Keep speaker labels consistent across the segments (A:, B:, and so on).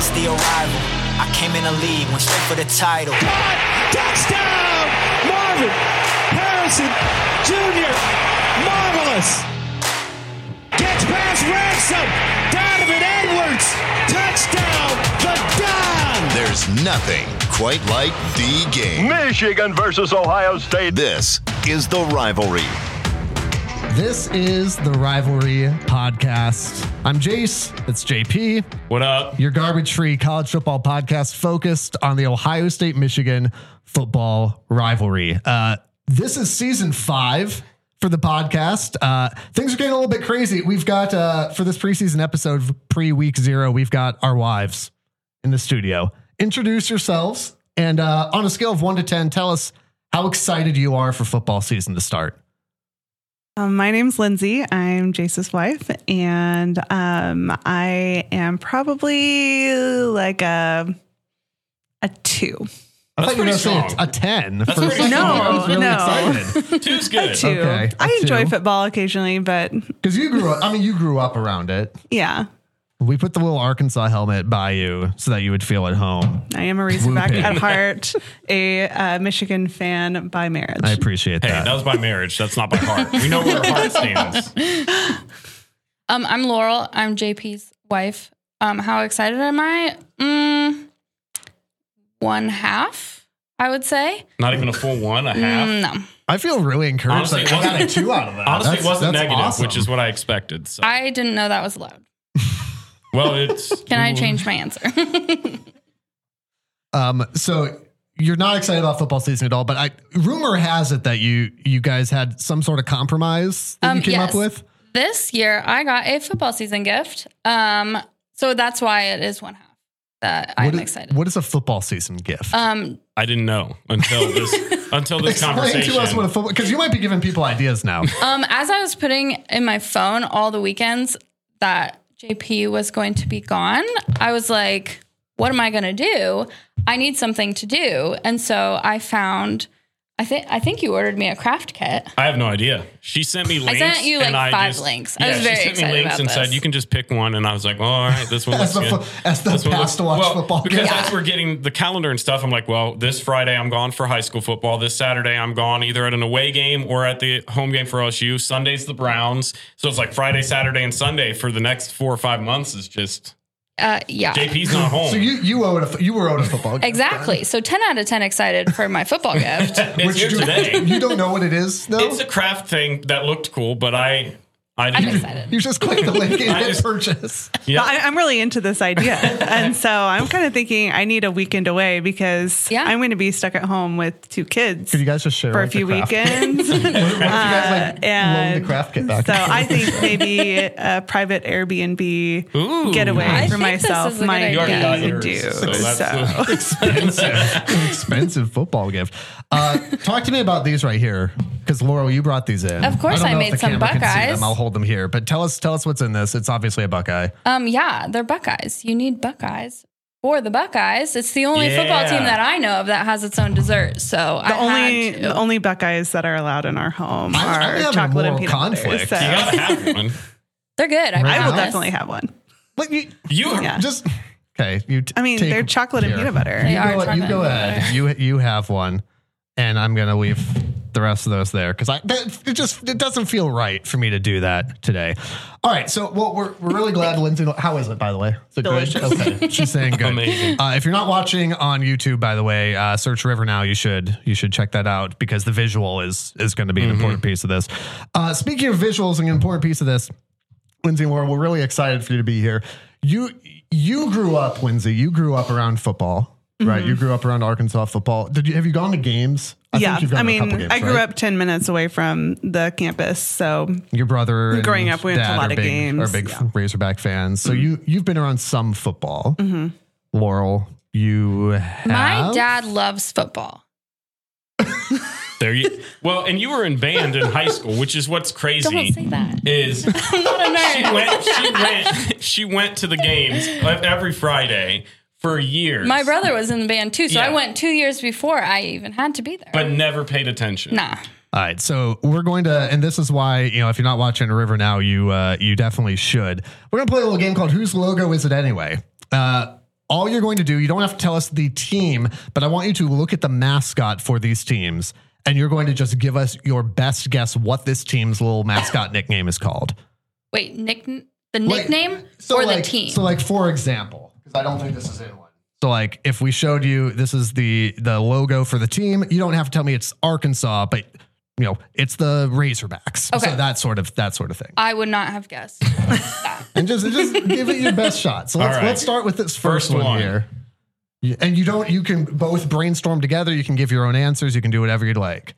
A: It's the arrival. I came in the league, went straight for the title.
B: Touchdown! Marvin Harrison Jr. Marvelous! Gets past Ransom! Donovan Edwards! Touchdown! The Don!
C: There's nothing quite like the game.
D: Michigan versus Ohio State.
C: This is the rivalry.
E: This is the Rivalry Podcast. I'm Jace. It's JP.
F: What up?
E: Your garbage free college football podcast focused on the Ohio State Michigan football rivalry. Uh, this is season five for the podcast. Uh, things are getting a little bit crazy. We've got, uh, for this preseason episode, pre week zero, we've got our wives in the studio. Introduce yourselves and uh, on a scale of one to 10, tell us how excited you are for football season to start.
G: Um, my name's Lindsay. I'm Jace's wife, and um, I am probably like a a two.
E: I
F: That's
E: thought you were
F: pretty
E: gonna say
F: strong.
E: a, a 10. That's
F: pretty
G: strong.
E: I was really
G: No, no.
E: excited.
F: Two's
G: A
F: good.
G: two.
E: Okay, a
G: I enjoy
E: two.
G: football occasionally, but
E: Because you grew up, I mean, you grew up around it.
G: yeah,
E: We put the little Arkansas helmet by you so that you would feel at home.
G: I am a Razorback
E: Whooping.
G: at heart, a uh, Michigan fan by marriage.
E: I appreciate
F: Hey,
E: that.
F: that was by marriage. That's not by heart. We know where heart stands.
H: Um, I'm Laurel. I'm JP's wife. Um, how excited am I? Mm, one half, I would say.
F: Not even a full one, a half.
H: Mm, no,
E: I feel really encouraged.
F: Honestly,
E: that I got a
F: wasn't-
E: two out of that.
F: Honestly,
E: That's-
F: it wasn't
E: that's
F: negative,
E: awesome.
F: which is what I expected. So.
H: I didn't know that was allowed.
F: well, it's.
H: Can I change my answer?
E: Um, so you're not excited about football season at all, but I rumor has it that you you guys had some sort of compromise that you
H: Um,
E: came up
H: yes.
E: with.
H: this year, I got a football season gift. Um, so that's why it is one half that
E: What
H: I'm
E: is-
H: excited.
E: What is a football season gift?
H: um,
F: I didn't know until this until this
E: Explain
F: conversation.
E: to us what a football because you might be giving people ideas now.
H: Um, as I was putting in my phone all the weekends that JP was going to be gone, I was like, what am I going to do? I need something to do. And so I found, I think, I think you ordered me a craft kit.
F: I have no idea. She sent me links.
H: sent you, like,
F: and I
H: five
F: just-
H: links. I
F: Yeah,
H: was very
F: she sent me
H: excited
F: links
H: about
F: and said
H: this.
F: you can just pick one, and I was like, well, all right, this one
E: As
F: looks
E: the
F: good.
E: fo- as the
F: This one
E: past
F: looks-
E: to watch
F: well,
E: football
F: because
E: game.
F: as we're getting the calendar and stuff, I'm like, well, this Friday I'm gone for high school football. This Saturday I'm gone either at an away game or at the home game for LSU. Sunday's the Browns, so it's like Friday, Saturday, and Sunday for the next four or five months is just
H: Uh, yeah.
F: JP's not home.
E: So you you owed a fo- you were owed a football gift,
H: Oh. Exactly. So 10 out of 10 excited for my football gift.
F: it's
E: which
F: here
E: you-
F: today.
E: You don't know what it is though.
F: It's a craft thing that looked cool, but I, I
H: I'm
F: didn't.
H: excited.
E: You just click the link and
F: I
E: hit
F: just-
E: purchase.
F: Yeah.
G: But I, I'm really into this idea, and so I'm kind of thinking I need a weekend away because
H: Yeah.
G: I'm going to be stuck at home with two kids
E: Could you guys just share
G: for a
E: like, the
G: few
E: craft kit?
G: weekends. Uh,
E: What if you guys like loan
G: and
E: the craft kit back?
G: So I think maybe a private Airbnb
F: Ooh.
G: getaway
H: I
G: for
H: think this
G: myself
H: is a good
G: might
H: idea.
F: You already got
G: be
F: yours,
G: due.
F: so that's
G: So.
F: the-
E: expensive, expensive football gift. Uh, talk to me about these right here, because Laurel, you brought these in.
H: Of course
E: don't
H: I
E: know if
H: made
E: the
H: some
E: camera can see
H: Buckeyes.
E: them. I'll hold them here, but tell us, tell us what's in this. It's obviously a Buckeye.
H: Um, yeah, they're Buckeyes. You need Buckeyes for the Buckeyes. It's the only football
F: Yeah.
H: team that I know of that has its own dessert. So
G: The
H: I
G: only
H: had to.
G: the only Buckeyes that are allowed in our home
E: I'm- I'm
G: are
E: having a
G: chocolate and
E: moral
G: peanut
E: conflict.
G: butter. So
F: You gotta have one.
H: they're good. I,
E: Right
G: I will
E: now?
H: promise.
G: definitely have one.
E: But you
F: You are
G: Yeah.
E: just okay. You. t-
G: I mean,
E: take
G: they're chocolate and
E: here.
G: peanut butter.
H: They
E: You go,
H: are
E: you
H: chocolate
E: go
H: and
E: ahead. You you have one, and I'm gonna leave the rest of those there because I that, it just it doesn't feel right for me to do that today. All right, so well we're we're really glad Lindsay. How is it by the way? Is it good?
G: Delicious.
E: Okay, she's saying good.
F: Amazing.
E: Uh, if you're not watching on YouTube, by the way, uh, search River now. You should you should check that out because the visual is is going to
G: Mm-hmm.
E: be an important piece of this. Uh, speaking of visuals, an important piece of this. Lindsay and Laura, we're really excited for you to be here. You you grew up, Lindsay. You grew up around football, right?
G: Mm-hmm.
E: You grew up around Arkansas football. Did you have you gone to games? I
G: yeah,
E: you've gone
G: I
E: to a
G: mean,
E: couple games,
G: I grew
E: right?
G: up ten minutes away from the campus, so
E: Your brother, and
G: Growing up, we went to a
E: dad
G: lot
E: are
G: of
E: big-
G: games.
E: Are big
G: Yeah. Mm-hmm.
E: Razorback fans, so you you've been around some football. Laurel, you have
H: My dad loves football.
F: there. You well, and you were in band in high school, which is what's crazy.
H: Don't say that.
F: Is
H: I'm not a nerd.
F: she went? She went. She went to the games every Friday for years.
H: My brother was in the band too, so
F: Yeah.
H: I went two years before I even had to be there.
F: but never paid attention.
H: nah,
E: All right, so we're going to, and this is why you know if you're not watching River now, you uh, you definitely should. We're gonna play a little game called Whose Logo Is It Anyway? Uh, All you're going to do, you don't have to tell us the team, but I want you to look at the mascot for these teams, and you're going to just give us your best guess what this team's little mascot nickname is called.
H: Wait, nick the nickname
E: So
H: or the
E: like-
H: team?
E: So, like for example, because I don't think this is in one. So, like if we showed you this is the the logo for the team, you don't have to tell me it's Arkansas, but you know it's the Razorbacks.
H: Okay.
E: So that sort of that sort of thing,
H: I would not have guessed. that.
E: and just just give it your best shot. So let's
F: right.
E: let's start with this first,
F: First
E: one,
F: one.
E: here. You- And you don't you can both brainstorm together. You can give your own answers. You can do whatever you'd like.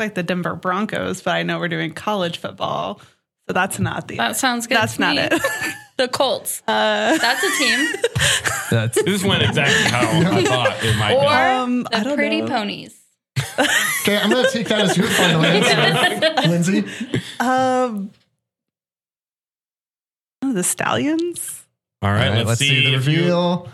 G: like the Denver Broncos, but I know we're doing college football, so that's not the.
H: That sounds good.
G: That's
H: to
G: not
H: me.
G: it.
H: The Colts.
G: Uh,
H: That's a team.
E: That's
F: This went exactly how I thought it might
H: Or
F: go.
G: Um, I
H: the
G: don't
H: Pretty
G: know.
H: Ponies.
E: okay. I'm gonna take that as your final answer, Lindsay.
G: um, oh, the Stallions.
F: All right, let's, see,
E: the
F: if you-
E: reveal.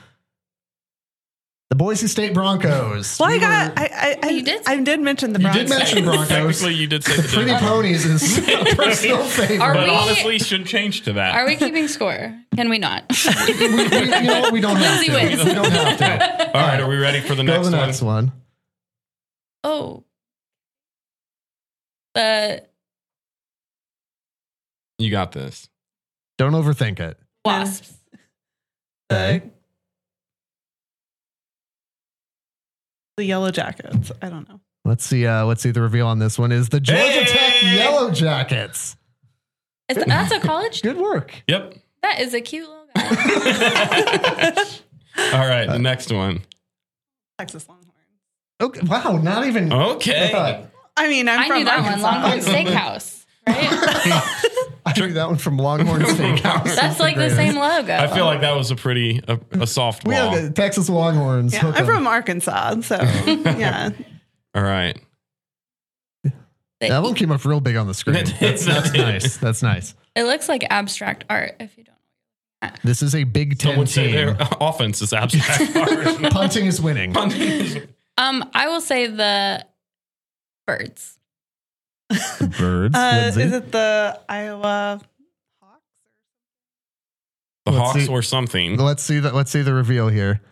E: The Boise State Broncos.
G: Well, I
E: We
G: got.
E: were-
G: I I, I,
H: Oh, You did-
G: I did mention the
E: You
G: Broncos.
E: did mention Broncos.
F: Technically, you did say
E: the
F: the
E: Pretty
F: Denver.
E: Ponies is a personal favorite.
H: Are
F: but
H: we-
F: honestly, should change to that.
H: Are we keeping score? Can we not?
E: we, we, you know what? We don't have
H: Lindsay
E: to.
H: wins.
E: We don't have to.
F: All right, are we ready for the
E: Go
F: next,
E: to the
F: one?
E: next one.
H: oh. The
F: You got this.
E: Don't overthink it.
H: Wasps.
E: Okay.
G: the Yellow Jackets. I don't know.
E: Let's see. Uh, let's see the reveal on this one. Is the Georgia Tech
F: Hey!
E: Yellow Jackets?
H: Is that, that's a college?
E: Good work.
F: Yep.
H: That is a cute little guy.
F: All right, the next one.
G: Texas Longhorns.
E: Okay. Wow. Not even. I
F: Okay.
E: thought
G: I mean, I'm
H: I
G: from
H: knew that one.
G: Arkansas.
H: Longhorn Steakhouse. Right?
E: I drew that one from Longhorn Steakhouse.
H: That's like the same logo.
F: I feel like that was a pretty a, a soft
E: We
F: ball.
E: have the Texas Longhorns.
G: Yeah,
E: Hook
G: I'm
E: 'em.
G: from Arkansas, so
E: Oh.
G: yeah. Uh,
F: All right.
H: The-
E: That one came up real big on the screen.
F: That
E: That's,
F: is-
E: that's nice. That's nice.
H: it looks like abstract art if you don't.
E: This is a Big Ten
F: Someone said their
E: team.
F: offense is abstract. art.
E: Punting is winning.
H: Um, I will say the birds.
E: Birds.
G: Uh, is it the Iowa Hawks?
F: the
E: Let's
F: Hawks
E: see.
F: or something.
E: let's see that. Let's see the reveal here.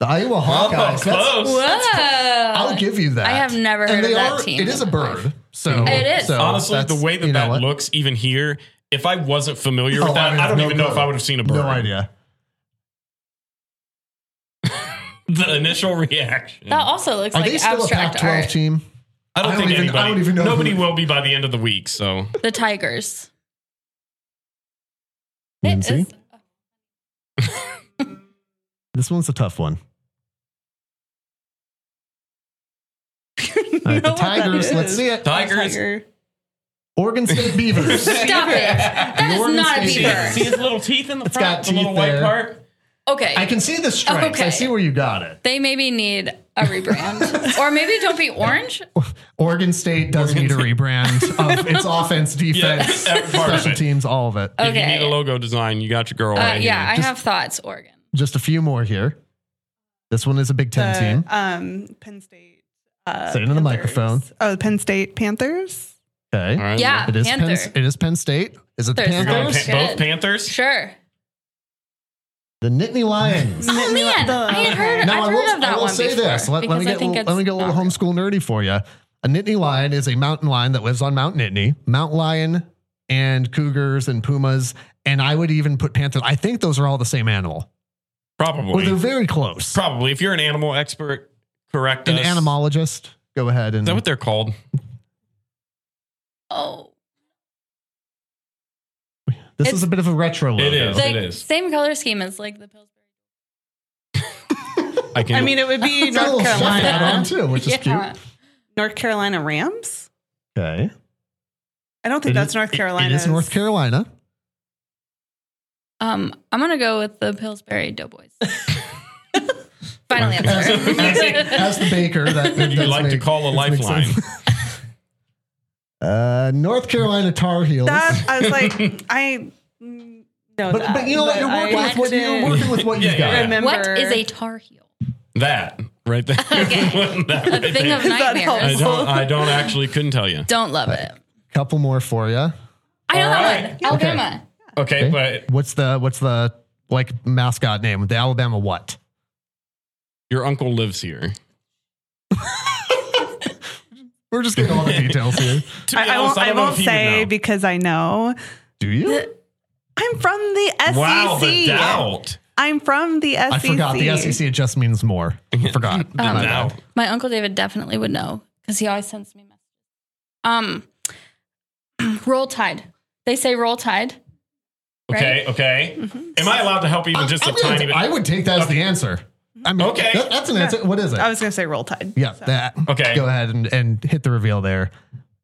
E: The Iowa Hawkeyes.
F: Oh, close.
E: That's-
H: Whoa.
E: I'll give you that.
H: I have never heard
E: And
H: of
E: they
H: that
E: are-
H: team
E: It is a
H: in my life.
E: bird. So
H: It is.
E: so
F: Honestly, the
E: that's-
F: way that
E: you know
F: that
E: what?
F: looks, even here, if I wasn't familiar
E: Oh,
F: with
E: I
F: that,
E: would
F: I,
E: have
F: don't
E: no
F: even know
E: clue.
F: if I would have seen a bird.
E: No idea.
F: The initial reaction.
H: That also looks
E: Are
H: like
E: they still a
H: abstract
E: Pac-12
H: art.
E: team?
F: I don't,
E: I don't
F: think
E: even- I
F: anybody.
E: don't even know
F: nobody
E: who-
F: will be by the end of the week. So
H: The tigers. It
E: Lindsay?
H: is
E: This one's a tough one. All right, the
G: know what that
E: Tigers.
G: is.
E: Let's see it.
F: tigers.
G: Tiger.
E: Oregon State Beavers.
H: Stop it. That is
E: Jordan
H: not a
E: Stacy.
H: beaver.
F: See his little teeth in the
E: It's
F: front,
E: got
F: the little
E: teeth
F: white
E: there.
F: part.
H: Okay.
E: I can see the stripes. I
H: Oh, Okay.
E: see where you got it.
H: they maybe need a rebrand. or maybe don't be orange. Uh,
E: Oregon State does need a rebrand of its offense, defense,
F: every part of
E: special
F: it.
E: teams, all of it.
F: If you need
H: Okay.
F: a logo design, you got your girl.
H: Uh,
F: right
H: yeah, I
F: here.
H: have thoughts, Oregon.
E: Just a few more here. This one is a Big Ten
G: The,
E: team.
G: um, Penn State. Uh,
E: Say it in the microphone.
G: Oh, the Penn State Panthers.
E: Okay.
F: All right,
H: Yeah,
E: It is Penn,
H: Panther.
E: it is Penn State. Is it the
H: There's-
F: we're going
E: Panthers?
H: Sounds
F: pan- both
H: good.
F: Panthers.
H: Sure.
E: The Nittany Lions.
H: Oh, man.
G: the-
H: I had heard,
E: Now,
H: I've
E: I
H: heard
E: will,
H: of that
E: I will
H: one
E: say
H: before.
E: this. Let, let me
H: because I
E: get a
H: think
E: little, let
H: it's
E: me get a little
H: not real.
E: homeschool nerdy for you. A Nittany lion is a mountain lion that lives on Mount Nittany. Mount lion and cougars and pumas. And I would even put panthers. I think those are all the same animal. Or
F: Probably.
E: they're very close.
F: Probably. If you're an animal expert, correct
E: An
F: us.
E: animologist. Go ahead and
F: Is that what they're called?
H: Oh.
E: this
H: It's-
E: is a bit of a retro logo.
F: It is.
H: The
F: is.
H: same color scheme as like the Pillsbury.
F: I can.
G: I mean, it would be
E: It's got a
G: North
E: little chef hat
G: Carolina.
E: on too, which is
H: Yeah.
E: cute.
G: North Carolina Rams.
E: Okay.
G: I don't think
E: It
G: that's
E: is-
G: North
E: it-
G: Carolina.
E: It is North Carolina.
H: Um, I'm gonna go with the Pillsbury Doughboys. Finally,
E: As,
H: answer.
E: as the baker, that that
F: you
E: does
F: like to
E: make-
F: call a
E: that makes
F: lifeline.
E: sense. Uh, North Carolina Tar Heels.
G: That I was like, I mm, know
E: But,
G: that.
E: but you know what? You're
G: but
E: working,
G: I
E: with what, you're
G: didn't
E: working with what you've
F: Yeah, yeah,
E: got.
F: yeah.
G: Remember
H: what is a Tar Heel?
F: That right there.
H: Okay.
F: That
H: A
F: right
H: thing
F: there.
H: of
G: Is that
F: I
H: nightmares.
G: helpful?
F: don't. I don't actually. Couldn't tell you.
H: Don't love it.
E: Couple more for you.
H: I know
F: All
H: that
F: right.
H: one. Alabama.
F: Okay, but
E: What's the what's the like mascot name, the Alabama what?
F: Your uncle lives here.
E: We're just getting all the details here.
F: To be
G: I, I
F: honest,
G: won't, I
F: don't know
G: won't
F: if he would
G: say
F: know.
G: because I know.
E: Do you?
G: I'm from the SEC.
F: Wow, the doubt.
G: I'm from the E SEC.
E: I forgot. The E SEC it just means more. Forgot.
F: The
E: My
F: doubt.
E: bad.
H: My uncle David definitely would know because he always sends me messages. Um, roll tide. They say roll tide.
F: Okay, okay. Am I allowed to help even just a
E: I'm gonna-
F: tiny bit?
E: Oh, I would take that as the answer. I mean,
F: Okay.
E: that- that's an answer. What is it?
G: I was going to say Roll Tide.
E: yeah, that.
F: Okay.
E: Go ahead and, and hit the reveal there.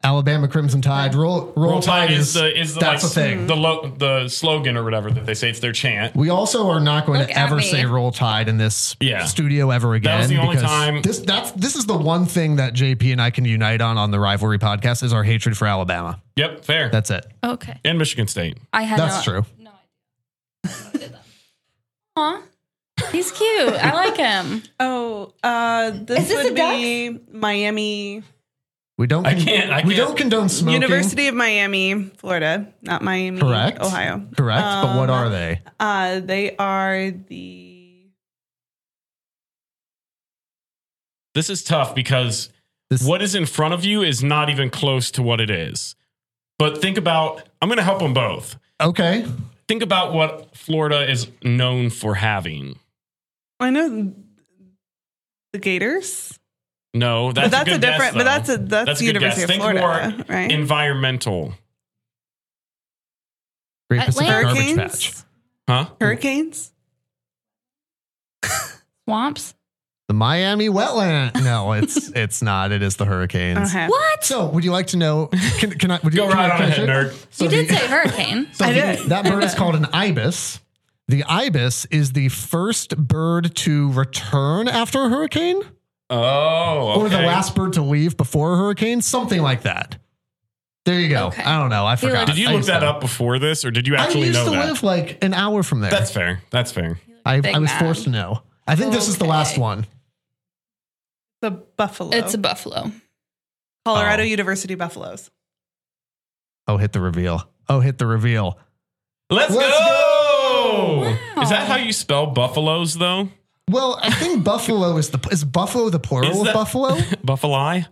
E: Alabama Crimson Tide. Roll, roll,
F: Roll Tide is the is the,
E: that's
F: like,
E: the
H: Mm-hmm.
E: thing.
F: the lo- the slogan or whatever that they say it's their chant.
E: We also are not going
H: Look
E: to
H: at
E: ever
H: me.
E: say roll tide in this
F: Yeah.
E: studio ever again.
F: was the only
E: because
F: time-
E: This that's this is the one thing that JP and I can unite on on the rivalry podcast is our hatred for Alabama.
F: Yep, fair.
E: That's it.
H: Okay,
F: and Michigan State.
H: I had.
E: That's
H: no,
E: true.
H: No idea. Aw, he's cute. I like him.
G: Oh, uh, this,
H: Is this
G: would
H: a duck?
G: be Miami,
E: We don't.
F: I can't- I
E: we
F: can't.
E: don't condone smoking.
G: University of Miami, Florida, not Miami,
E: Correct.
G: Ohio.
E: Correct. but what
G: Um,
E: are they?
G: Uh, they are the.
F: This is tough because
E: This-
F: what is in front of you is not even close to what it is. But think about I'm going to help them both.
E: Okay.
F: Think about what Florida is known for having.
G: I know the Gators.
F: No, that's,
G: but that's a,
F: good
G: different.
F: Guess,
G: but
F: though.
G: that's a that's,
F: That's a good
G: University
F: guess.
G: of
F: Think
G: Florida,
F: more
G: right?
F: environmental,
E: Great Pacific
H: Atlanta.
E: Garbage
G: Hurricanes.
E: Patch.
F: huh?
G: Hurricanes.
H: Swamps.
E: The Miami wetland. No, it's it's not. It is the Hurricanes.
G: Okay.
H: What?
E: So, would you like to know? Can, can I? Would you
F: Go
E: can I
F: right on
E: finish
F: ahead,
E: it?
F: nerd.
E: So
H: you did
E: the-
H: say hurricane.
E: So
G: I
E: the-
G: did.
E: that bird is called an ibis. The ibis is the first bird to return after a hurricane,
F: Oh, okay.
E: or the last bird to leave before a hurricane, something like that. There you go.
H: Okay.
E: I don't know. I
H: He
E: forgot.
H: likes-
F: Did you
E: I
F: look
E: used to
F: that
E: know.
F: up before this, or did you
E: I
F: actually
E: used
F: know
E: to
F: that?
E: live like an hour from there.
F: That's fair. That's fair.
E: I,
H: Big
E: I was
H: man.
E: forced to know. I think this is the last
H: Okay.
E: one.
G: The Buffalo.
H: It's a buffalo.
G: Colorado
E: Oh.
G: University Buffaloes.
E: Oh, hit the reveal. Oh, hit the reveal.
F: Let's,
E: Let's
F: go.
H: go.
F: Is that how you spell buffaloes though?
E: Well, I think buffalo is the is buffalo the plural
F: Is
E: of
F: that-
E: buffalo?
F: Buffalo? I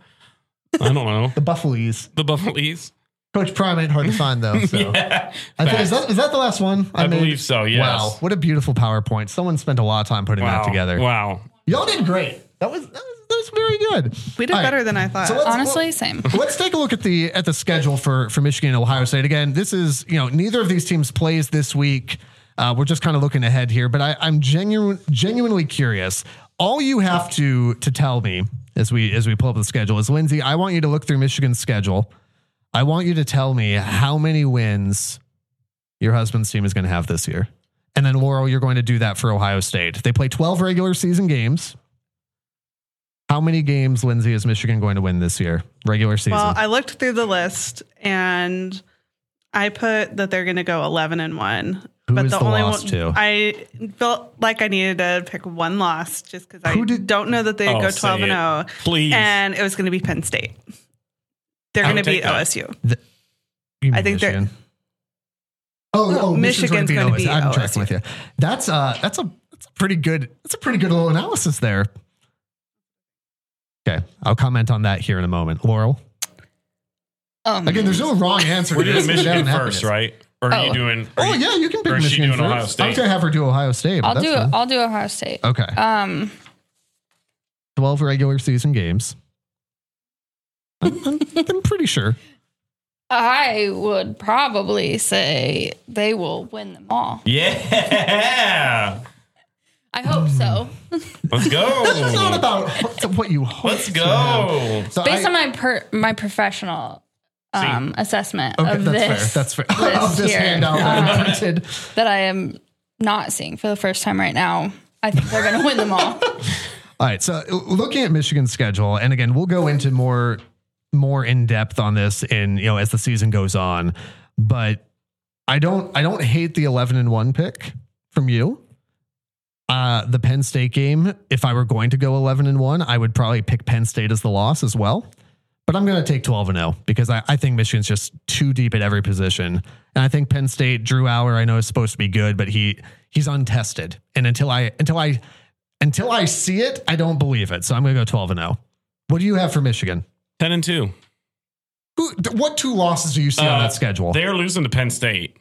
F: don't know.
E: The buffaloes.
F: The buffaloes.
E: Coach Prime ain't hard to find though. So.
F: Yeah.
E: I think, is that is that the last one?
F: I believe so, yes.
E: Wow, what a beautiful PowerPoint. Someone spent a lot of time putting
F: Wow.
E: that together.
F: Wow.
E: Y'all did great. That was that was, that was very good.
G: We did
E: All right.
G: better than I thought.
E: So let's-
H: Honestly, same.
E: Let's take a look at the at the schedule for for Michigan and Ohio State. Again, this is you know neither of these teams plays this week. Uh, we're just kind of looking ahead here, but I, I'm genuine genuinely curious. All you have to to tell me as we as we pull up the schedule is Lindsay. I want you to look through Michigan's schedule. I want you to tell me how many wins your husband's team is going to have this year. And then Laurel, you're going to do that for Ohio State. They play 12 regular season games. How many games, Lindsay, is Michigan going to win this year? Regular season.
G: Well, I looked through the list and I put that they're going to go 11 and 1.
E: Who is the loss
G: one,
E: to?
G: I felt like I needed to pick one loss just because I
E: Who did-
G: don't know that they
F: Oh,
G: go
F: say
G: 12 and
F: it.
G: 0.
F: Please.
G: And it was going to be Penn State. They're
F: I
G: going to
F: would
G: beat
F: take that.
G: OSU.
E: You
G: I
E: mean
G: think they're-
E: Oh, oh,
G: No,
E: Michigan's,
G: Michigan's
E: going
G: gonna
E: to be.
G: be
E: I'm tracking with
G: OSU.
E: you. That's uh, that's a that's a pretty good that's a pretty good little analysis there. Okay, I'll comment on that here in a moment, Laurel.
H: Um,
E: Again, there's no wrong answer.
F: We're
E: to this,
F: doing
E: but that
F: Michigan
E: doesn't happen.
F: first, right? Or are
H: Oh.
F: you doing are
E: Oh
F: you-
E: yeah, you can pick
F: or is she
E: Michigan
F: doing Ohio
E: first.
F: State?
E: I'm gonna have her do Ohio State. but
H: I'll
E: that's
H: do.
E: fine.
H: I'll do Ohio State.
E: Okay,
H: Um,
E: twelve regular season games. I'm, I'm, I'm pretty sure.
H: I would probably say they will win them all.
F: Yeah.
H: I hope so.
F: Let's
E: It's not
F: go.
E: about Oh. what- what you hope.
F: Let's
E: to
F: go.
E: have. So
H: Based
E: I-
H: on my per, my professional um, assessment
E: Okay,
H: of
E: that's
H: this,
E: fair. That's fair. Of this
H: here, Um,
E: handout that I printed.
H: that I am not seeing for the first time right now. I think they're going to win them all.
E: All right. So looking at Michigan's schedule, and again, we'll go into more more in depth on this in you know as the season goes on. But I don't I don't hate the eleven and one pick from you. Uh, the Penn State game. If I were going to go eleven and one, I would probably pick Penn State as the loss as well. But I'm going to take 12 and 0 because I, I think Michigan's just too deep at every position. And I think Penn State, Drew Hour, I know is supposed to be good, but he he's untested. And until I until I until I see it, I don't believe it. So I'm going to go 12 and 0. What do you have for Michigan?
F: 10 and 2.
E: Who, th- what two losses do you see on
F: Uh,
E: that schedule?
F: They're losing to Penn State.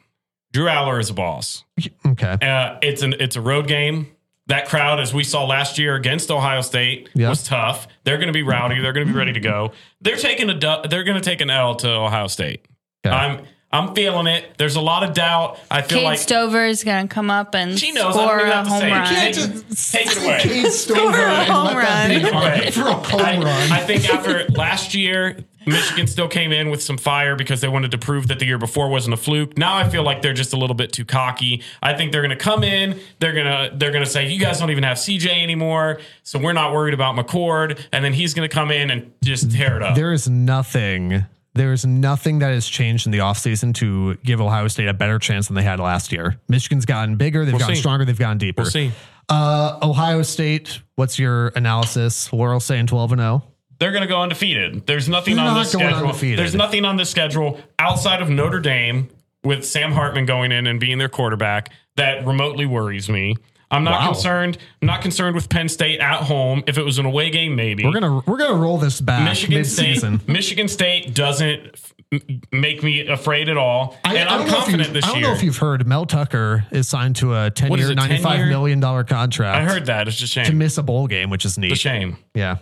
F: Drew Aller is a boss.
E: Okay.
F: Uh, it's an it's a road game. That crowd, as we saw last year against Ohio State,
E: Yeah.
F: was tough. They're going to be rowdy. They're going to be ready to go. They're taking a du- they're going to take an L to Ohio State.
E: Okay.
F: I'm I'm feeling it. There's a lot of doubt. I feel
H: Kate
F: like
H: Stover is going to come up and
F: She knows, I don't
H: score
F: even
H: a
F: have to
H: home
F: say it.
H: run.
F: You can't just- Take it away.
E: Cade Stover
G: a
E: and
G: home
E: let that
G: run.
E: be
F: All right.
E: for a home
F: I,
E: run.
F: I think after last year, Michigan still came in with some fire because they wanted to prove that the year before wasn't a fluke. Now I feel like they're just a little bit too cocky. I think they're going to come in. They're going to they're going to say you guys don't even have CJ anymore, so we're not worried about McCord, and then he's going to come in and just tear it up.
E: There is nothing. There is nothing that has changed in the offseason to give Ohio State a better chance than they had last year. Michigan's gotten bigger, they've gotten
F: see.
E: stronger, they've gotten deeper.
F: We'll see.
E: Uh, Ohio State, what's your analysis? Laurel saying 12 and oh? 0.
F: They're going to go undefeated. There's nothing
E: They're
F: on
E: not
F: this
E: going
F: schedule.
E: undefeated.
F: There's nothing on this schedule outside of Notre Dame with Sam Hartman going in and being their quarterback that remotely worries me. I'm not
E: Wow.
F: concerned. I'm not concerned with Penn State at home. If it was an away game, maybe.
E: We're gonna we're gonna roll this back
F: Michigan State.
E: mid-season.
F: Michigan State doesn't f- m- make me afraid at all,
E: I,
F: and
E: I
F: I'm
E: don't know if
F: confident
E: you-
F: this
E: I don't
F: year.
E: know if you've heard Mel Tucker is signed to a 10
F: What is
E: year,
F: it, 10
E: $95 million dollar contract
F: I heard that. It's a
E: to
F: shame.
E: miss a bowl game, which is neat.
F: It's a shame.
E: Yeah.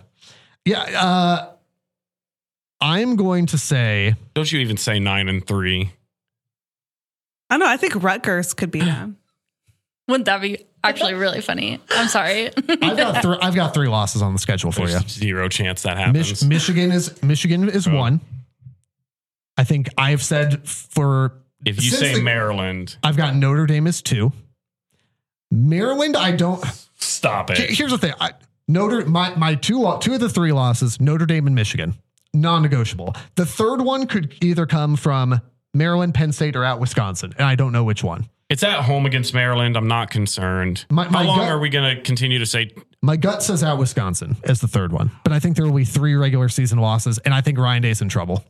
E: Yeah. Uh, I'm going to say
F: Don't you even say nine and three?
G: I don't know. I think Rutgers could be them.
H: Wouldn't that be actually really funny? I'm sorry.
E: I've got three I've got three losses on the schedule for you.
F: There's zero chance that
E: Mich-
F: happens.
E: Michigan is Michigan is
F: Oh.
E: one. I think I've said for
F: if you
E: since
F: say
E: the-
F: Maryland,
E: I've got Notre Dame is two. Maryland, I don't.
F: stop
E: Here-
F: it.
E: Here's the thing. I, Notre my my two lo- two of the three losses Notre Dame and Michigan non-negotiable. The third one could either come from Maryland, Penn State, or at Wisconsin, and I don't know which one.
F: It's at home against Maryland. I'm not concerned.
E: My- my
F: How long
E: gut-
F: are we going to continue to say?
E: My gut says out Wisconsin as the third one, but I think there will be three regular season losses, and I think Ryan Day's in trouble.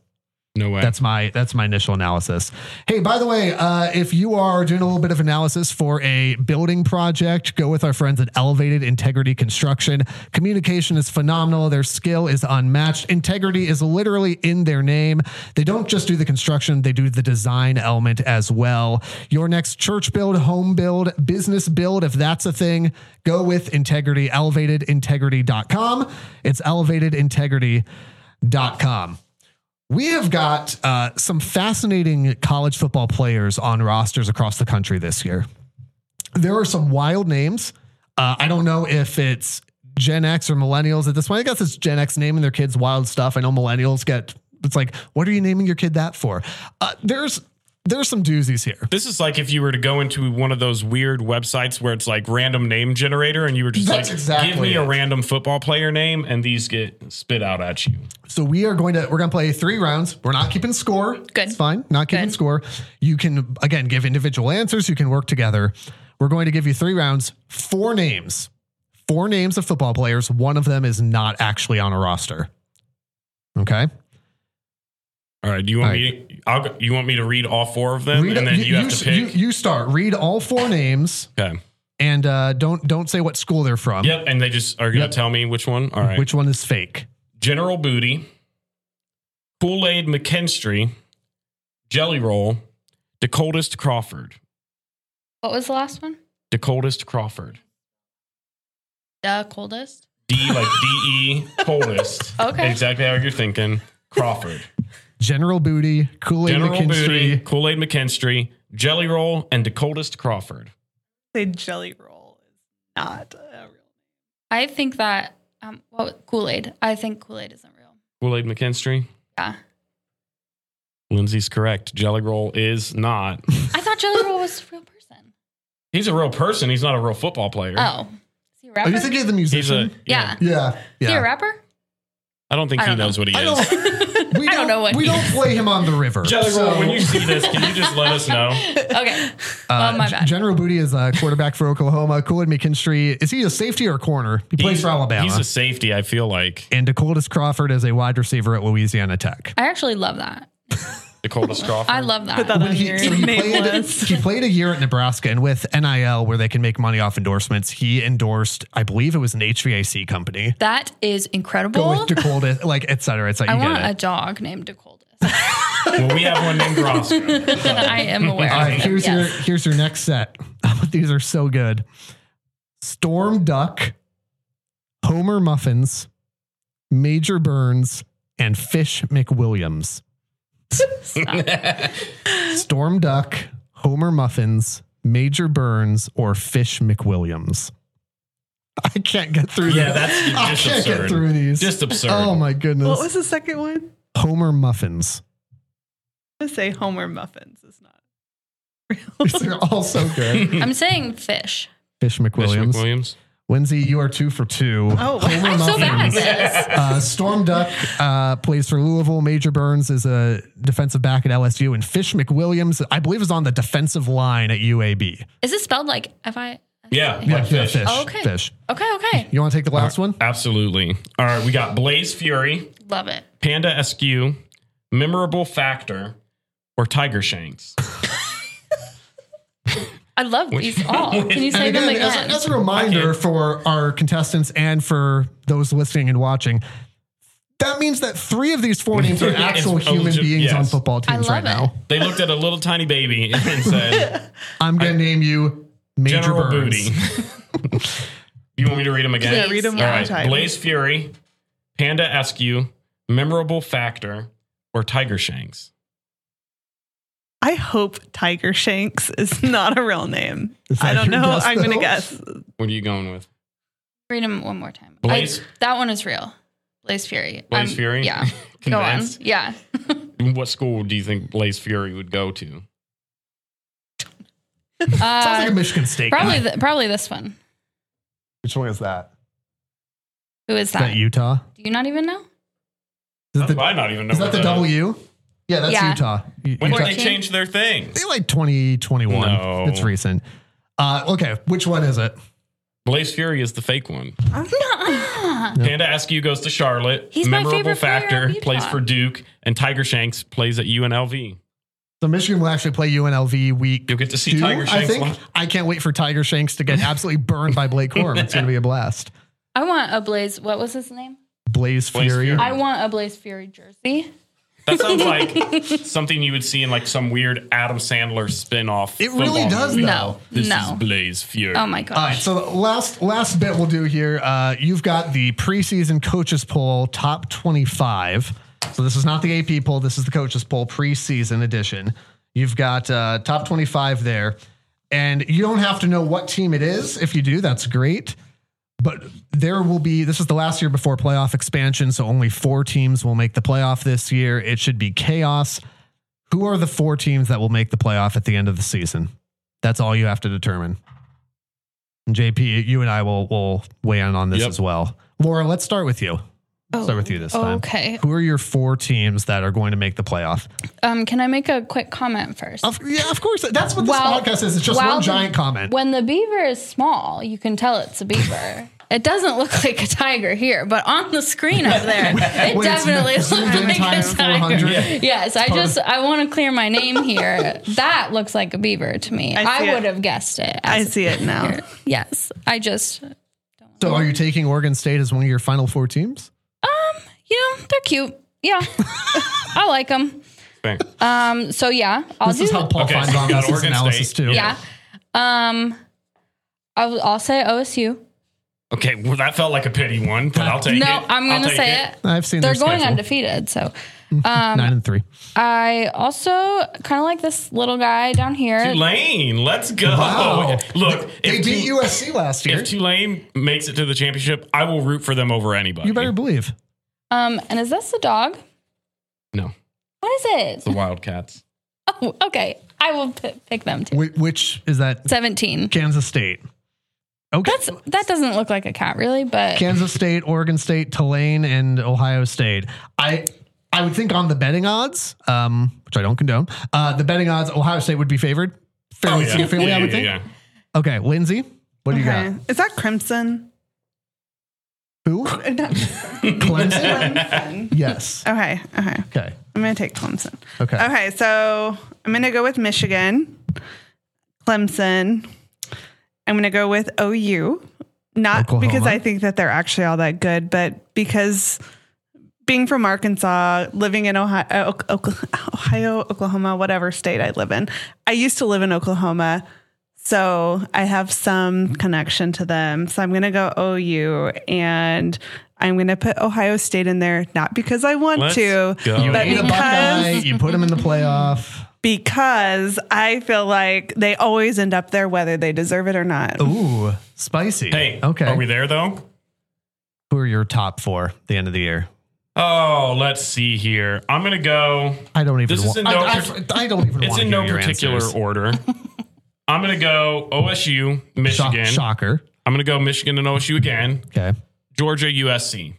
F: No way.
E: That's my that's my initial analysis. Hey, by the way, uh, if you are doing a little bit of analysis for a building project, go with our friends at Elevated Integrity Construction. Communication is phenomenal. Their skill is unmatched. Integrity is literally in their name. They don't just do the construction; they do the design element as well. Your next church build, home build, business build, if that's a thing, go with Integrity. ElevatedIntegrity.com. It's ElevatedIntegrity.com. We have got uh, some fascinating college football players on rosters across the country this year. There are some wild names. Uh, I don't know if it's Gen X or millennials at this point. I guess it's Gen X naming their kids wild stuff. I know millennials get it's like, what are you naming your kid that for? Uh, there's there's some doozies here.
F: This is like if you were to go into one of those weird websites where it's like random name generator and you were just
E: That's
F: like,
E: exactly
F: give me a
E: it.
F: random football player name and these get spit out at you.
E: So we are going to we're going to play three rounds. We're not keeping score.
H: Good.
E: It's fine. Not keeping
H: Good.
E: score. You can again give individual answers. You can work together. We're going to give you three rounds, four names. Four names of football players. One of them is not actually on a roster. Okay?
F: All right. Do you want
E: All
F: me? I'll, go- you want me to read all four of them
E: Read-
F: and then you, have
E: s-
F: to pick.
E: You, you start. Read all four names
F: okay.
E: and uh, don't don't say what school they're from.
F: Yep. And they just are going to
E: Um, Yep.
F: tell me which one. All right.
E: Which one is fake?
F: General Booty, Kool Aid McKinstry, Jelly Roll, Dakotas Crawford.
H: what was the last one?
F: Dakotas Crawford.
H: The coldest.
F: D like D E coldest.
H: Okay.
F: Exactly how you're thinking. Crawford.
E: General Booty, Kool Aid
F: General Booty,
E: McKinstry.
F: Kool Aid McKinstry, Jelly Roll, and Dakotas Crawford.
G: Say jelly roll is not a real.
H: I think that um, what Kool Aid. I think Kool Aid isn't real.
F: Kool Aid McKinstry.
H: Yeah,
F: Lindsay's correct. Jelly Roll is not.
H: I thought Jelly Roll was a real person.
F: He's a real person. He's not a real football player.
H: Oh, is he a
E: Are
H: rapper?
E: you thinking of the
F: He's a
E: musician?
H: yeah.
E: yeah.
H: Is he a
E: Yeah.
H: rapper?
F: I don't think
H: I
F: he
H: don't
F: knows what he
E: I
F: is.
E: don't We
H: I don't know what
E: we
H: he
E: don't play him on the river.
F: Jelly
E: so-
F: Roll, when you see this, can you just let us know?
H: Okay. well, my bad.
E: General Booty is a quarterback for Oklahoma. Coolid McKinstry, is he a safety or a corner? He plays for Alabama.
F: He's a safety, I feel like.
E: and Dakotas Crawford is a wide receiver at Louisiana Tech.
H: I actually love that.
F: Dakota Crawford.
H: I love that.
G: Put that on
E: He,
G: your
E: so he,
G: name
E: played,
G: list.
E: he played a year at Nebraska, and with NIL, where they can make money off endorsements, he endorsed, I believe it was an HVAC company.
H: That is
E: Go
H: incredible.
E: with Dakota, like et cetera, et cetera.
H: I
E: You
H: want
E: get
H: a
E: it.
H: dog named Dakoldis.
F: well, we have one named Ross.
H: I am aware.
E: All right, here's
H: Yes.
E: your here's your next set. Oh, These are so good. Storm Duck, Homer Muffins, Major Burns, and Fish McWilliams. Storm Duck, Homer Muffins, Major Burns, or Fish McWilliams. I can't get through.
F: Yeah,
E: these.
F: that's
E: I
F: just
E: can't
F: absurd.
E: get through these.
F: Just absurd.
E: oh my goodness.
G: What was the second one?
E: Homer Muffins.
G: I'm gonna say Homer muffins is not.
E: These are all so good.
H: I'm saying fish.
E: Fish McWilliams.
F: Williams.
E: Lindsay, you are two for two.
G: Oh,
E: Homer
H: I'm so bad at
E: Muffins.
H: this.
E: uh, Storm Duck uh, plays for Louisville. Major Burns is a defensive back at LSU, and Fish McWilliams, I believe, is on the defensive line at UAB.
H: Is it spelled like if I? Oh,
F: Yeah.
E: Yeah,
F: like
E: yeah,
F: fish.
E: Fish.
H: Okay.
E: Fish.
H: Okay. Okay.
E: You want to take the last one?
F: Absolutely. All right, we got Blaze Fury,
H: Love it.
F: Panda Askew, Memorable Factor, or Tiger Shanks.
H: I love these all. Can you say
E: And
H: them
E: again, as,
H: again?
E: a, as a reminder for our contestants and for those listening and watching, that means that three of these four names are
F: It's
E: actual human
F: eligible-
E: beings on
F: yes.
E: football
H: I
E: teams
H: love
E: right
H: it.
E: now.
F: They looked at a little tiny baby and said,
E: I'm going to name you Major
F: General
E: Burns.
F: Booty. you want me to read them again?
H: Yeah,
G: Yeah, read them
H: All
G: one
F: All
G: more
F: right.
G: time.
F: Blaze Fury, Panda Askew, Memorable Factor, or Tiger Shanks.
G: I hope Tiger Shanks is not a real name.
E: Is that
G: I don't
E: your
G: know.
E: guess,
G: I'm gonna
E: though?
G: guess.
F: What are you going with?
H: Read them one more time. I-
F: Blaze?
H: that one is real. Blaze Fury.
F: Blaze
H: Um,
F: Fury?
H: Yeah. Go on.
F: Convinced?
H: Yeah.
F: What school do you think Blaze Fury would go to?
E: Sounds like a
H: Uh,
E: Michigan State. guy.
H: probably th- probably this one.
E: Which one is that?
H: Who is
E: Is
H: that?
E: that Utah?
H: Do you not even know?
E: Is it the
F: I not even know.
E: Is that
F: what
E: the
F: is.
E: W? Yeah, that's
H: Yeah.
E: Utah. U-
F: When
E: Utah.
F: did they
H: Fourteen?
F: change their thing?
E: They like 2021.
F: No.
E: It's recent. Uh, okay, which one is it?
F: Blaze Fury is the fake one.
H: No.
F: Panda Askew goes to Charlotte.
H: He's my favorite player
F: factor
H: of Utah.
F: plays for Duke, and Tiger Shanks plays at UNLV.
E: So Michigan will actually play UNLV week.
F: You'll get to see
E: two,
F: Tiger
E: I
F: Shanks
E: think
F: live.
E: I can't wait for Tiger Shanks to get absolutely burned by Blake Corum. It's going to be a blast.
H: I want a Blaze. What was his name?
E: Blaze,
F: Blaze
E: Fury.
F: Fury.
H: I want a Blaze Fury jersey.
F: That sounds like something you would see in like some weird Adam Sandler spin-off.
E: It really
F: football
E: does,
F: movie.
E: though.
F: This is
H: No.
F: Blaze Fury.
H: Oh my gosh.
E: All right, so the last last bit we'll do here. Uh, you've got the preseason coaches poll top twenty five. So this is not the AP poll. This is the coaches poll preseason edition. You've got uh, top twenty five there, and you don't have to know what team it is. If you do, that's great. But there will be. This is the last year before playoff expansion, so only four teams will make the playoff this year. It should be chaos. Who are the four teams that will make the playoff at the end of the season? That's all you have to determine. And JP, you and I will will weigh in on this
F: Yep.
E: as well. Laura, let's start with you. Start with you this time.
H: Okay.
E: Who are your four teams that are going to make the playoff?
H: Um, can I make a quick comment first?
E: Of, yeah, of course. That's what this
H: Wow.
E: podcast is. It's just
H: Wow.
E: one giant comment.
H: When the beaver is small, you can tell it's a beaver. it doesn't look like a tiger here, but on the screen up there, it
E: When it's
H: definitely looks
E: zoomed in
H: like
E: times
H: a tiger.
E: 400.
H: Yes, I just I want to clear my name here. that looks like a beaver to me.
G: I see
H: I,
G: it.
H: would have guessed it.
G: I
H: as a
G: see it now.
H: beaver. Yes, I just um,
E: So, are you taking Oregon State as one of your final four teams?
H: you know they're cute. Yeah, I like them.
F: Fair.
H: Um, so yeah, I'll
E: This is
H: do
E: how Paul
F: Okay,
E: finds
F: so you
E: out
F: got
E: about his
F: Oregon
E: analysis
F: State.
E: too.
H: yeah. Um, I'll, I'll say OSU.
F: Okay, well that felt like a pity one, but I'll take
H: no,
F: it.
H: I'm
F: I'll
H: gonna
F: take
H: say it.
E: I've seen
H: They're
E: their
H: going
E: schedule.
H: undefeated, so
E: nine and three.
H: I also kind of like this little guy down here.
F: Tulane, let's go.
E: Wow.
F: Oh, Look,
E: They
F: if,
E: beat
F: Tu-
E: USC last year.
F: if Tulane makes it to the championship, I will root for them over anybody.
E: you better believe.
H: Um, and is this the dog?
F: no,
H: What is
F: the
H: it?
F: Wildcats.
H: Oh, okay. I will p- pick them too.
E: Wh- Which is that?
H: Seventeen.
E: Kansas State. Okay.
H: That's that doesn't look like a cat really, but
E: Kansas State, Oregon State, Tulane, and Ohio State. I I would think on the betting odds, um, which I don't condone, uh, the betting odds Ohio State would be favored
F: Oh,
E: fairly significantly. I would think. Okay, Lindsay, what do you got?
G: Is that Crimson?
E: Who?
G: Uh, Not
E: Clemson.
G: Clemson.
E: yes.
G: okay. Okay.
E: Okay.
G: I'm going to take Clemson.
E: Okay.
G: Okay. So I'm going to go with Michigan, Clemson. I'm going to go with OU, not
E: Oklahoma.
G: because I think that they're actually all that good, but because being from Arkansas, living in Ohio, uh, Ok- Ok- Ohio, Oklahoma, whatever state I live in, I used to live in Oklahoma. So I have some connection to them. So I'm going to go OU and I'm going to put Ohio State in there, not because I want
F: Let's
G: to,
F: go. You
G: but
E: Ain't a
G: because
E: Buckeye, you put them in the playoff.
G: because I feel like they always end up there whether they deserve it or not.
E: Ooh, spicy.
F: Hey,
E: okay.
F: Are we there though?
E: Who are your top four at the end of the year?
F: Oh, let's see here. I'm gonna go.
E: I don't even.
F: This is
E: want,
F: in no
E: I,
F: partic-
E: I, I don't even.
F: It's
E: wanna
F: in
E: hear
F: no
E: your
F: particular
E: answers.
F: order. I'm gonna go OSU,
E: Shock-
F: Michigan.
E: shocker.
F: I'm gonna go Michigan and OSU again.
E: Okay.
F: Georgia, USC.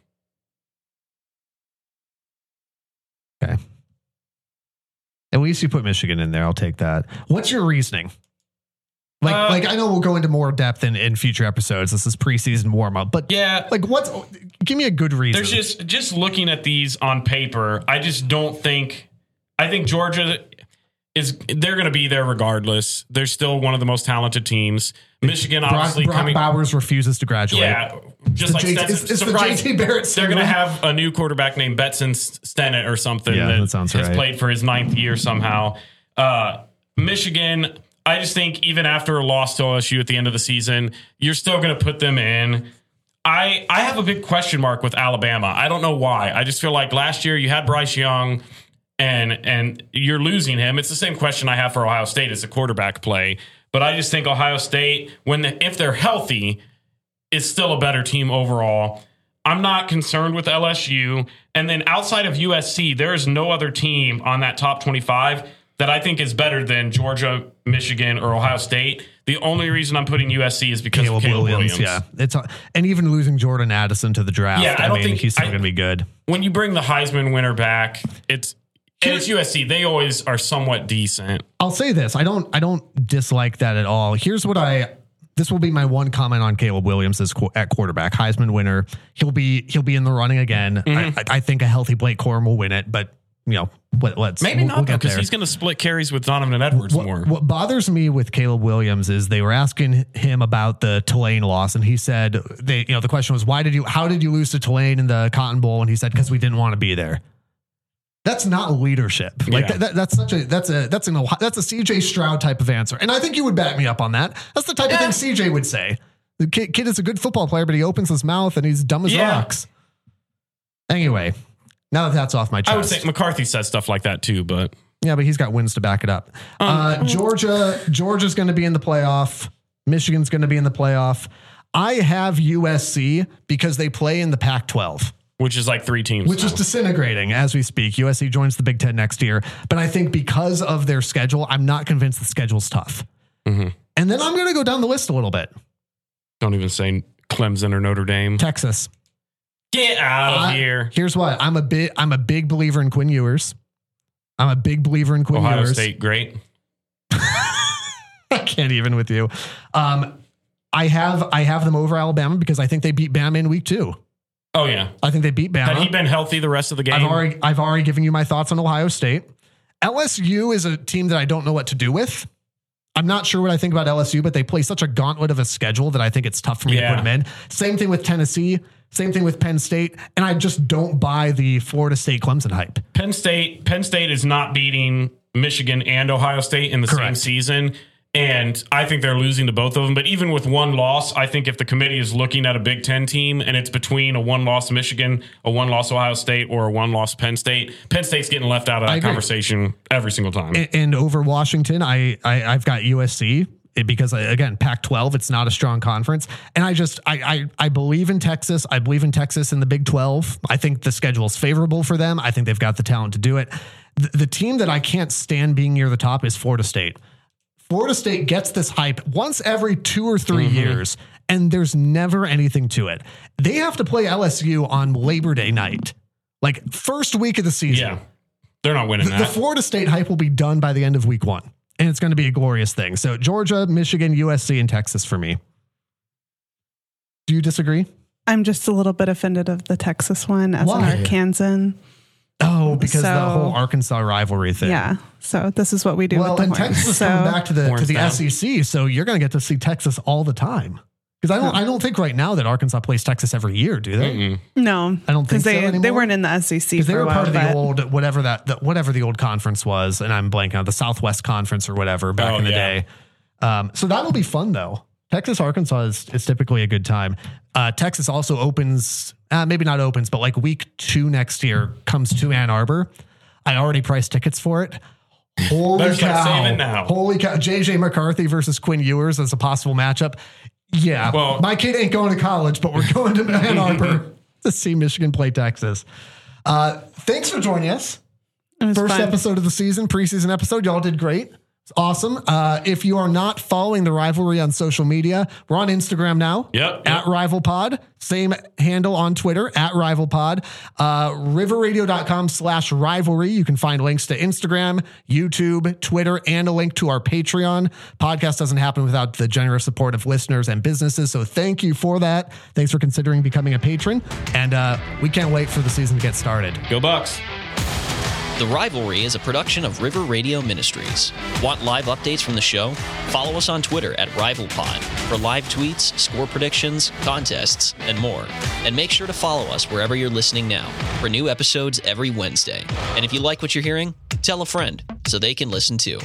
E: Okay. At least you put Michigan in there. I'll take that. What's your reasoning? Like,
F: Uh,
E: like I know we'll go into more depth in, in future episodes. This is preseason warm up, but
F: Yeah.
E: like, what's give me a good reason?
F: There's just just looking at these on paper, I just don't think I think Georgia is they're going to be there regardless. They're still one of the most talented teams. Michigan
E: Brock,
F: obviously
E: Brock
F: coming
E: Bowers refuses to graduate.
F: yeah, just like
E: J-
F: Stetson-
E: it's- it's the
F: surprise-
E: JT Barrett
F: They're going
E: syndrome.
F: to have a new quarterback named Betson Stennett or something
E: Yeah, that sounds
F: has
E: right.
F: played for his ninth year somehow. Uh, Michigan, I just think even after a loss to LSU at the end of the season, you're still going to put them in. I I have a big question mark with Alabama. I don't know why. I just feel like last year you had Bryce Young and and you're losing him. It's the same question I have for Ohio State as a quarterback play, but I just think Ohio State when the, if they're healthy is still a better team overall. I'm not concerned with LSU. And then outside of USC, there is no other team on that top 25 that I think is better than Georgia, Michigan, or Ohio State. The only reason I'm putting USC is because
E: Caleb,
F: of Caleb
E: Williams,
F: Williams.
E: Yeah, it's a- and even losing Jordan Addison to the draft.
F: Yeah, I
E: I,
F: don't
E: mean,
F: think-
E: he's still
F: I-
E: going to be good.
F: When you bring the Heisman winner back, it's and it's USC. They always are somewhat decent.
E: I'll say this. I don't I don't dislike that at all. Here's what I this will be my one comment on Caleb Williams as qu- at quarterback, Heisman winner. He'll be he'll be in the running again.
F: Mm-hmm.
E: I, I I think a healthy Blake Corum will win it, but you know, let, let's
F: Maybe
E: we'll-
F: not
E: we'll
F: though,
E: get
F: because
E: there.
F: he's going to split carries with Donovan and Edwards more.
E: What, what bothers me with Caleb Williams is they were asking him about the Tulane loss, and he said they, you know, the question was why did you, how did you lose to Tulane in the Cotton Bowl, and he said because we didn't want to be there. That's not leadership. Like
F: Yeah.
E: that, that- that's such a that's a that's an Ohio- that's a CJ Stroud type of answer, and I think you would back me up on that. That's the type of thing CJ would say. The kid, kid is a good football player, but he opens his mouth and he's dumb as
F: Yeah.
E: rocks. Anyway, now that that's off my chest,
F: I would say McCarthy says stuff like that too, but
E: yeah, but he's got wins to back it up. uh,
F: Mm.
E: Georgia, Georgia's going to be in the playoff. Michigan's going to be in the playoff. I have USC because they play in the Pac-12,
F: which is like three teams.
E: which is
F: now.
E: disintegrating as we speak. USC joins the Big Ten next year, but I think because of their schedule, I'm not convinced the schedule's tough.
F: Mm-hmm.
E: And then I'm going to go down the list a little bit.
F: don't even say Clemson or Notre Dame.
E: Texas.
F: Get out of
E: I-
F: here.
E: Here's what I'm a big I'm a big believer in Quinn Ewers. I'm a big believer in Quinn
F: Ohio
E: Ewers.
F: State, great.
E: I can't even with you. Um, I have I have them over Alabama because I think they beat Bama in week two.
F: Oh yeah.
E: I think they beat
F: Had he
E: Bama.
F: been healthy the rest of the game,
E: Uh-huh. I've already I've already given you my thoughts on Ohio State. LSU is a team that I don't know what to do with. I'm not sure what I think about LSU, but they play such a gauntlet of a schedule that I think it's tough for me
F: Yeah.
E: to put them in. Same thing with Tennessee. Same thing with Penn State. And I just don't buy the Florida State Clemson hype.
F: Penn State, Penn State is not beating Michigan and Ohio State in the same
E: Correct.
F: season. And I think they're losing to both of them. But even with one loss, I think if the committee is looking at a Big Ten team and it's between a one loss Michigan, a one loss Ohio State, or a one loss Penn State, Penn State's getting left out of
E: I
F: that
E: agree.
F: conversation every single time.
E: A- and over Washington, I, I I've got USC eh, because I- again, Pac-12, it's not a strong conference, and I just I, I I believe in Texas. I believe in Texas in the Big 12. I think the schedule's favorable for them. I think they've got the talent to do it. The, the team that I can't stand being near the top is Florida State. Florida State gets this hype once every two or 3 years, and there's never anything to it. They have to play LSU on Labor Day night. Like first week of the season.
F: Yeah. They're not winning
E: The
F: that.
E: Florida State hype will be done by the end of week one, and it's going to be a glorious thing. So Georgia, Michigan, USC, and Texas for me. Do you disagree?
G: I'm just a little bit offended of the Texas one as
E: Why?
G: an Arkansan.
E: Oh, because the
G: So-
E: whole Arkansas rivalry thing.
G: Yeah. So this is what we do
E: Well,
G: with the
E: and
G: horns.
E: Texas is
G: so
E: coming back to the to
F: Horns
E: the
F: down.
E: SEC, so you're going to get to see Texas all the time. Because I don't, I don't think right now that Arkansas plays Texas every year, do they?
F: Mm-mm.
G: no,
E: I don't think
G: because
E: so
G: they they
E: anymore.
G: weren't in the SEC
E: Because they
G: for
E: were
G: a while.
E: part of the
G: but-
E: old whatever that the, whatever the old conference was, and I'm blanking on the Southwest Conference or whatever back
F: Oh,
E: in the
F: yeah.
E: day. Um, so that'll be fun though. Texas Arkansas is, is typically a good time. Uh, Texas also opens, uh, maybe not opens, but like week two next year comes to Ann Arbor. I already priced tickets for it. Holy
F: Better start
E: cow!
F: saving now.
E: Holy cow! JJ McCarthy versus Quinn Ewers as a possible matchup. Yeah,
F: Well-
E: my kid ain't going to college, but we're going to Ann Arbor to see Michigan play Texas. Uh, thanks for joining us.
G: it was
E: First
G: fun.
E: episode of the season, preseason episode. Y'all did great. It's awesome. Uh, if you are not following the rivalry on social media, we're on Instagram now.
F: Yep,
E: At
F: yep.
E: Rival Pod. Same handle on Twitter, at Rival Pod. Uh, riverradio.com slash rivalry. You can find links to Instagram, YouTube, Twitter, and a link to our Patreon. Podcast doesn't happen without the generous support of listeners and businesses. So thank you for that. Thanks for considering becoming a patron. And uh, we can't wait for the season to get started.
F: Go Bucks.
I: The Rivalry is a production of River Radio Ministries. Want live updates from the show? Follow us on Twitter at RivalPod for live tweets, score predictions, contests, and more. And make sure to follow us wherever you're listening now for new episodes every Wednesday. And if you like what you're hearing, tell a friend so they can listen too.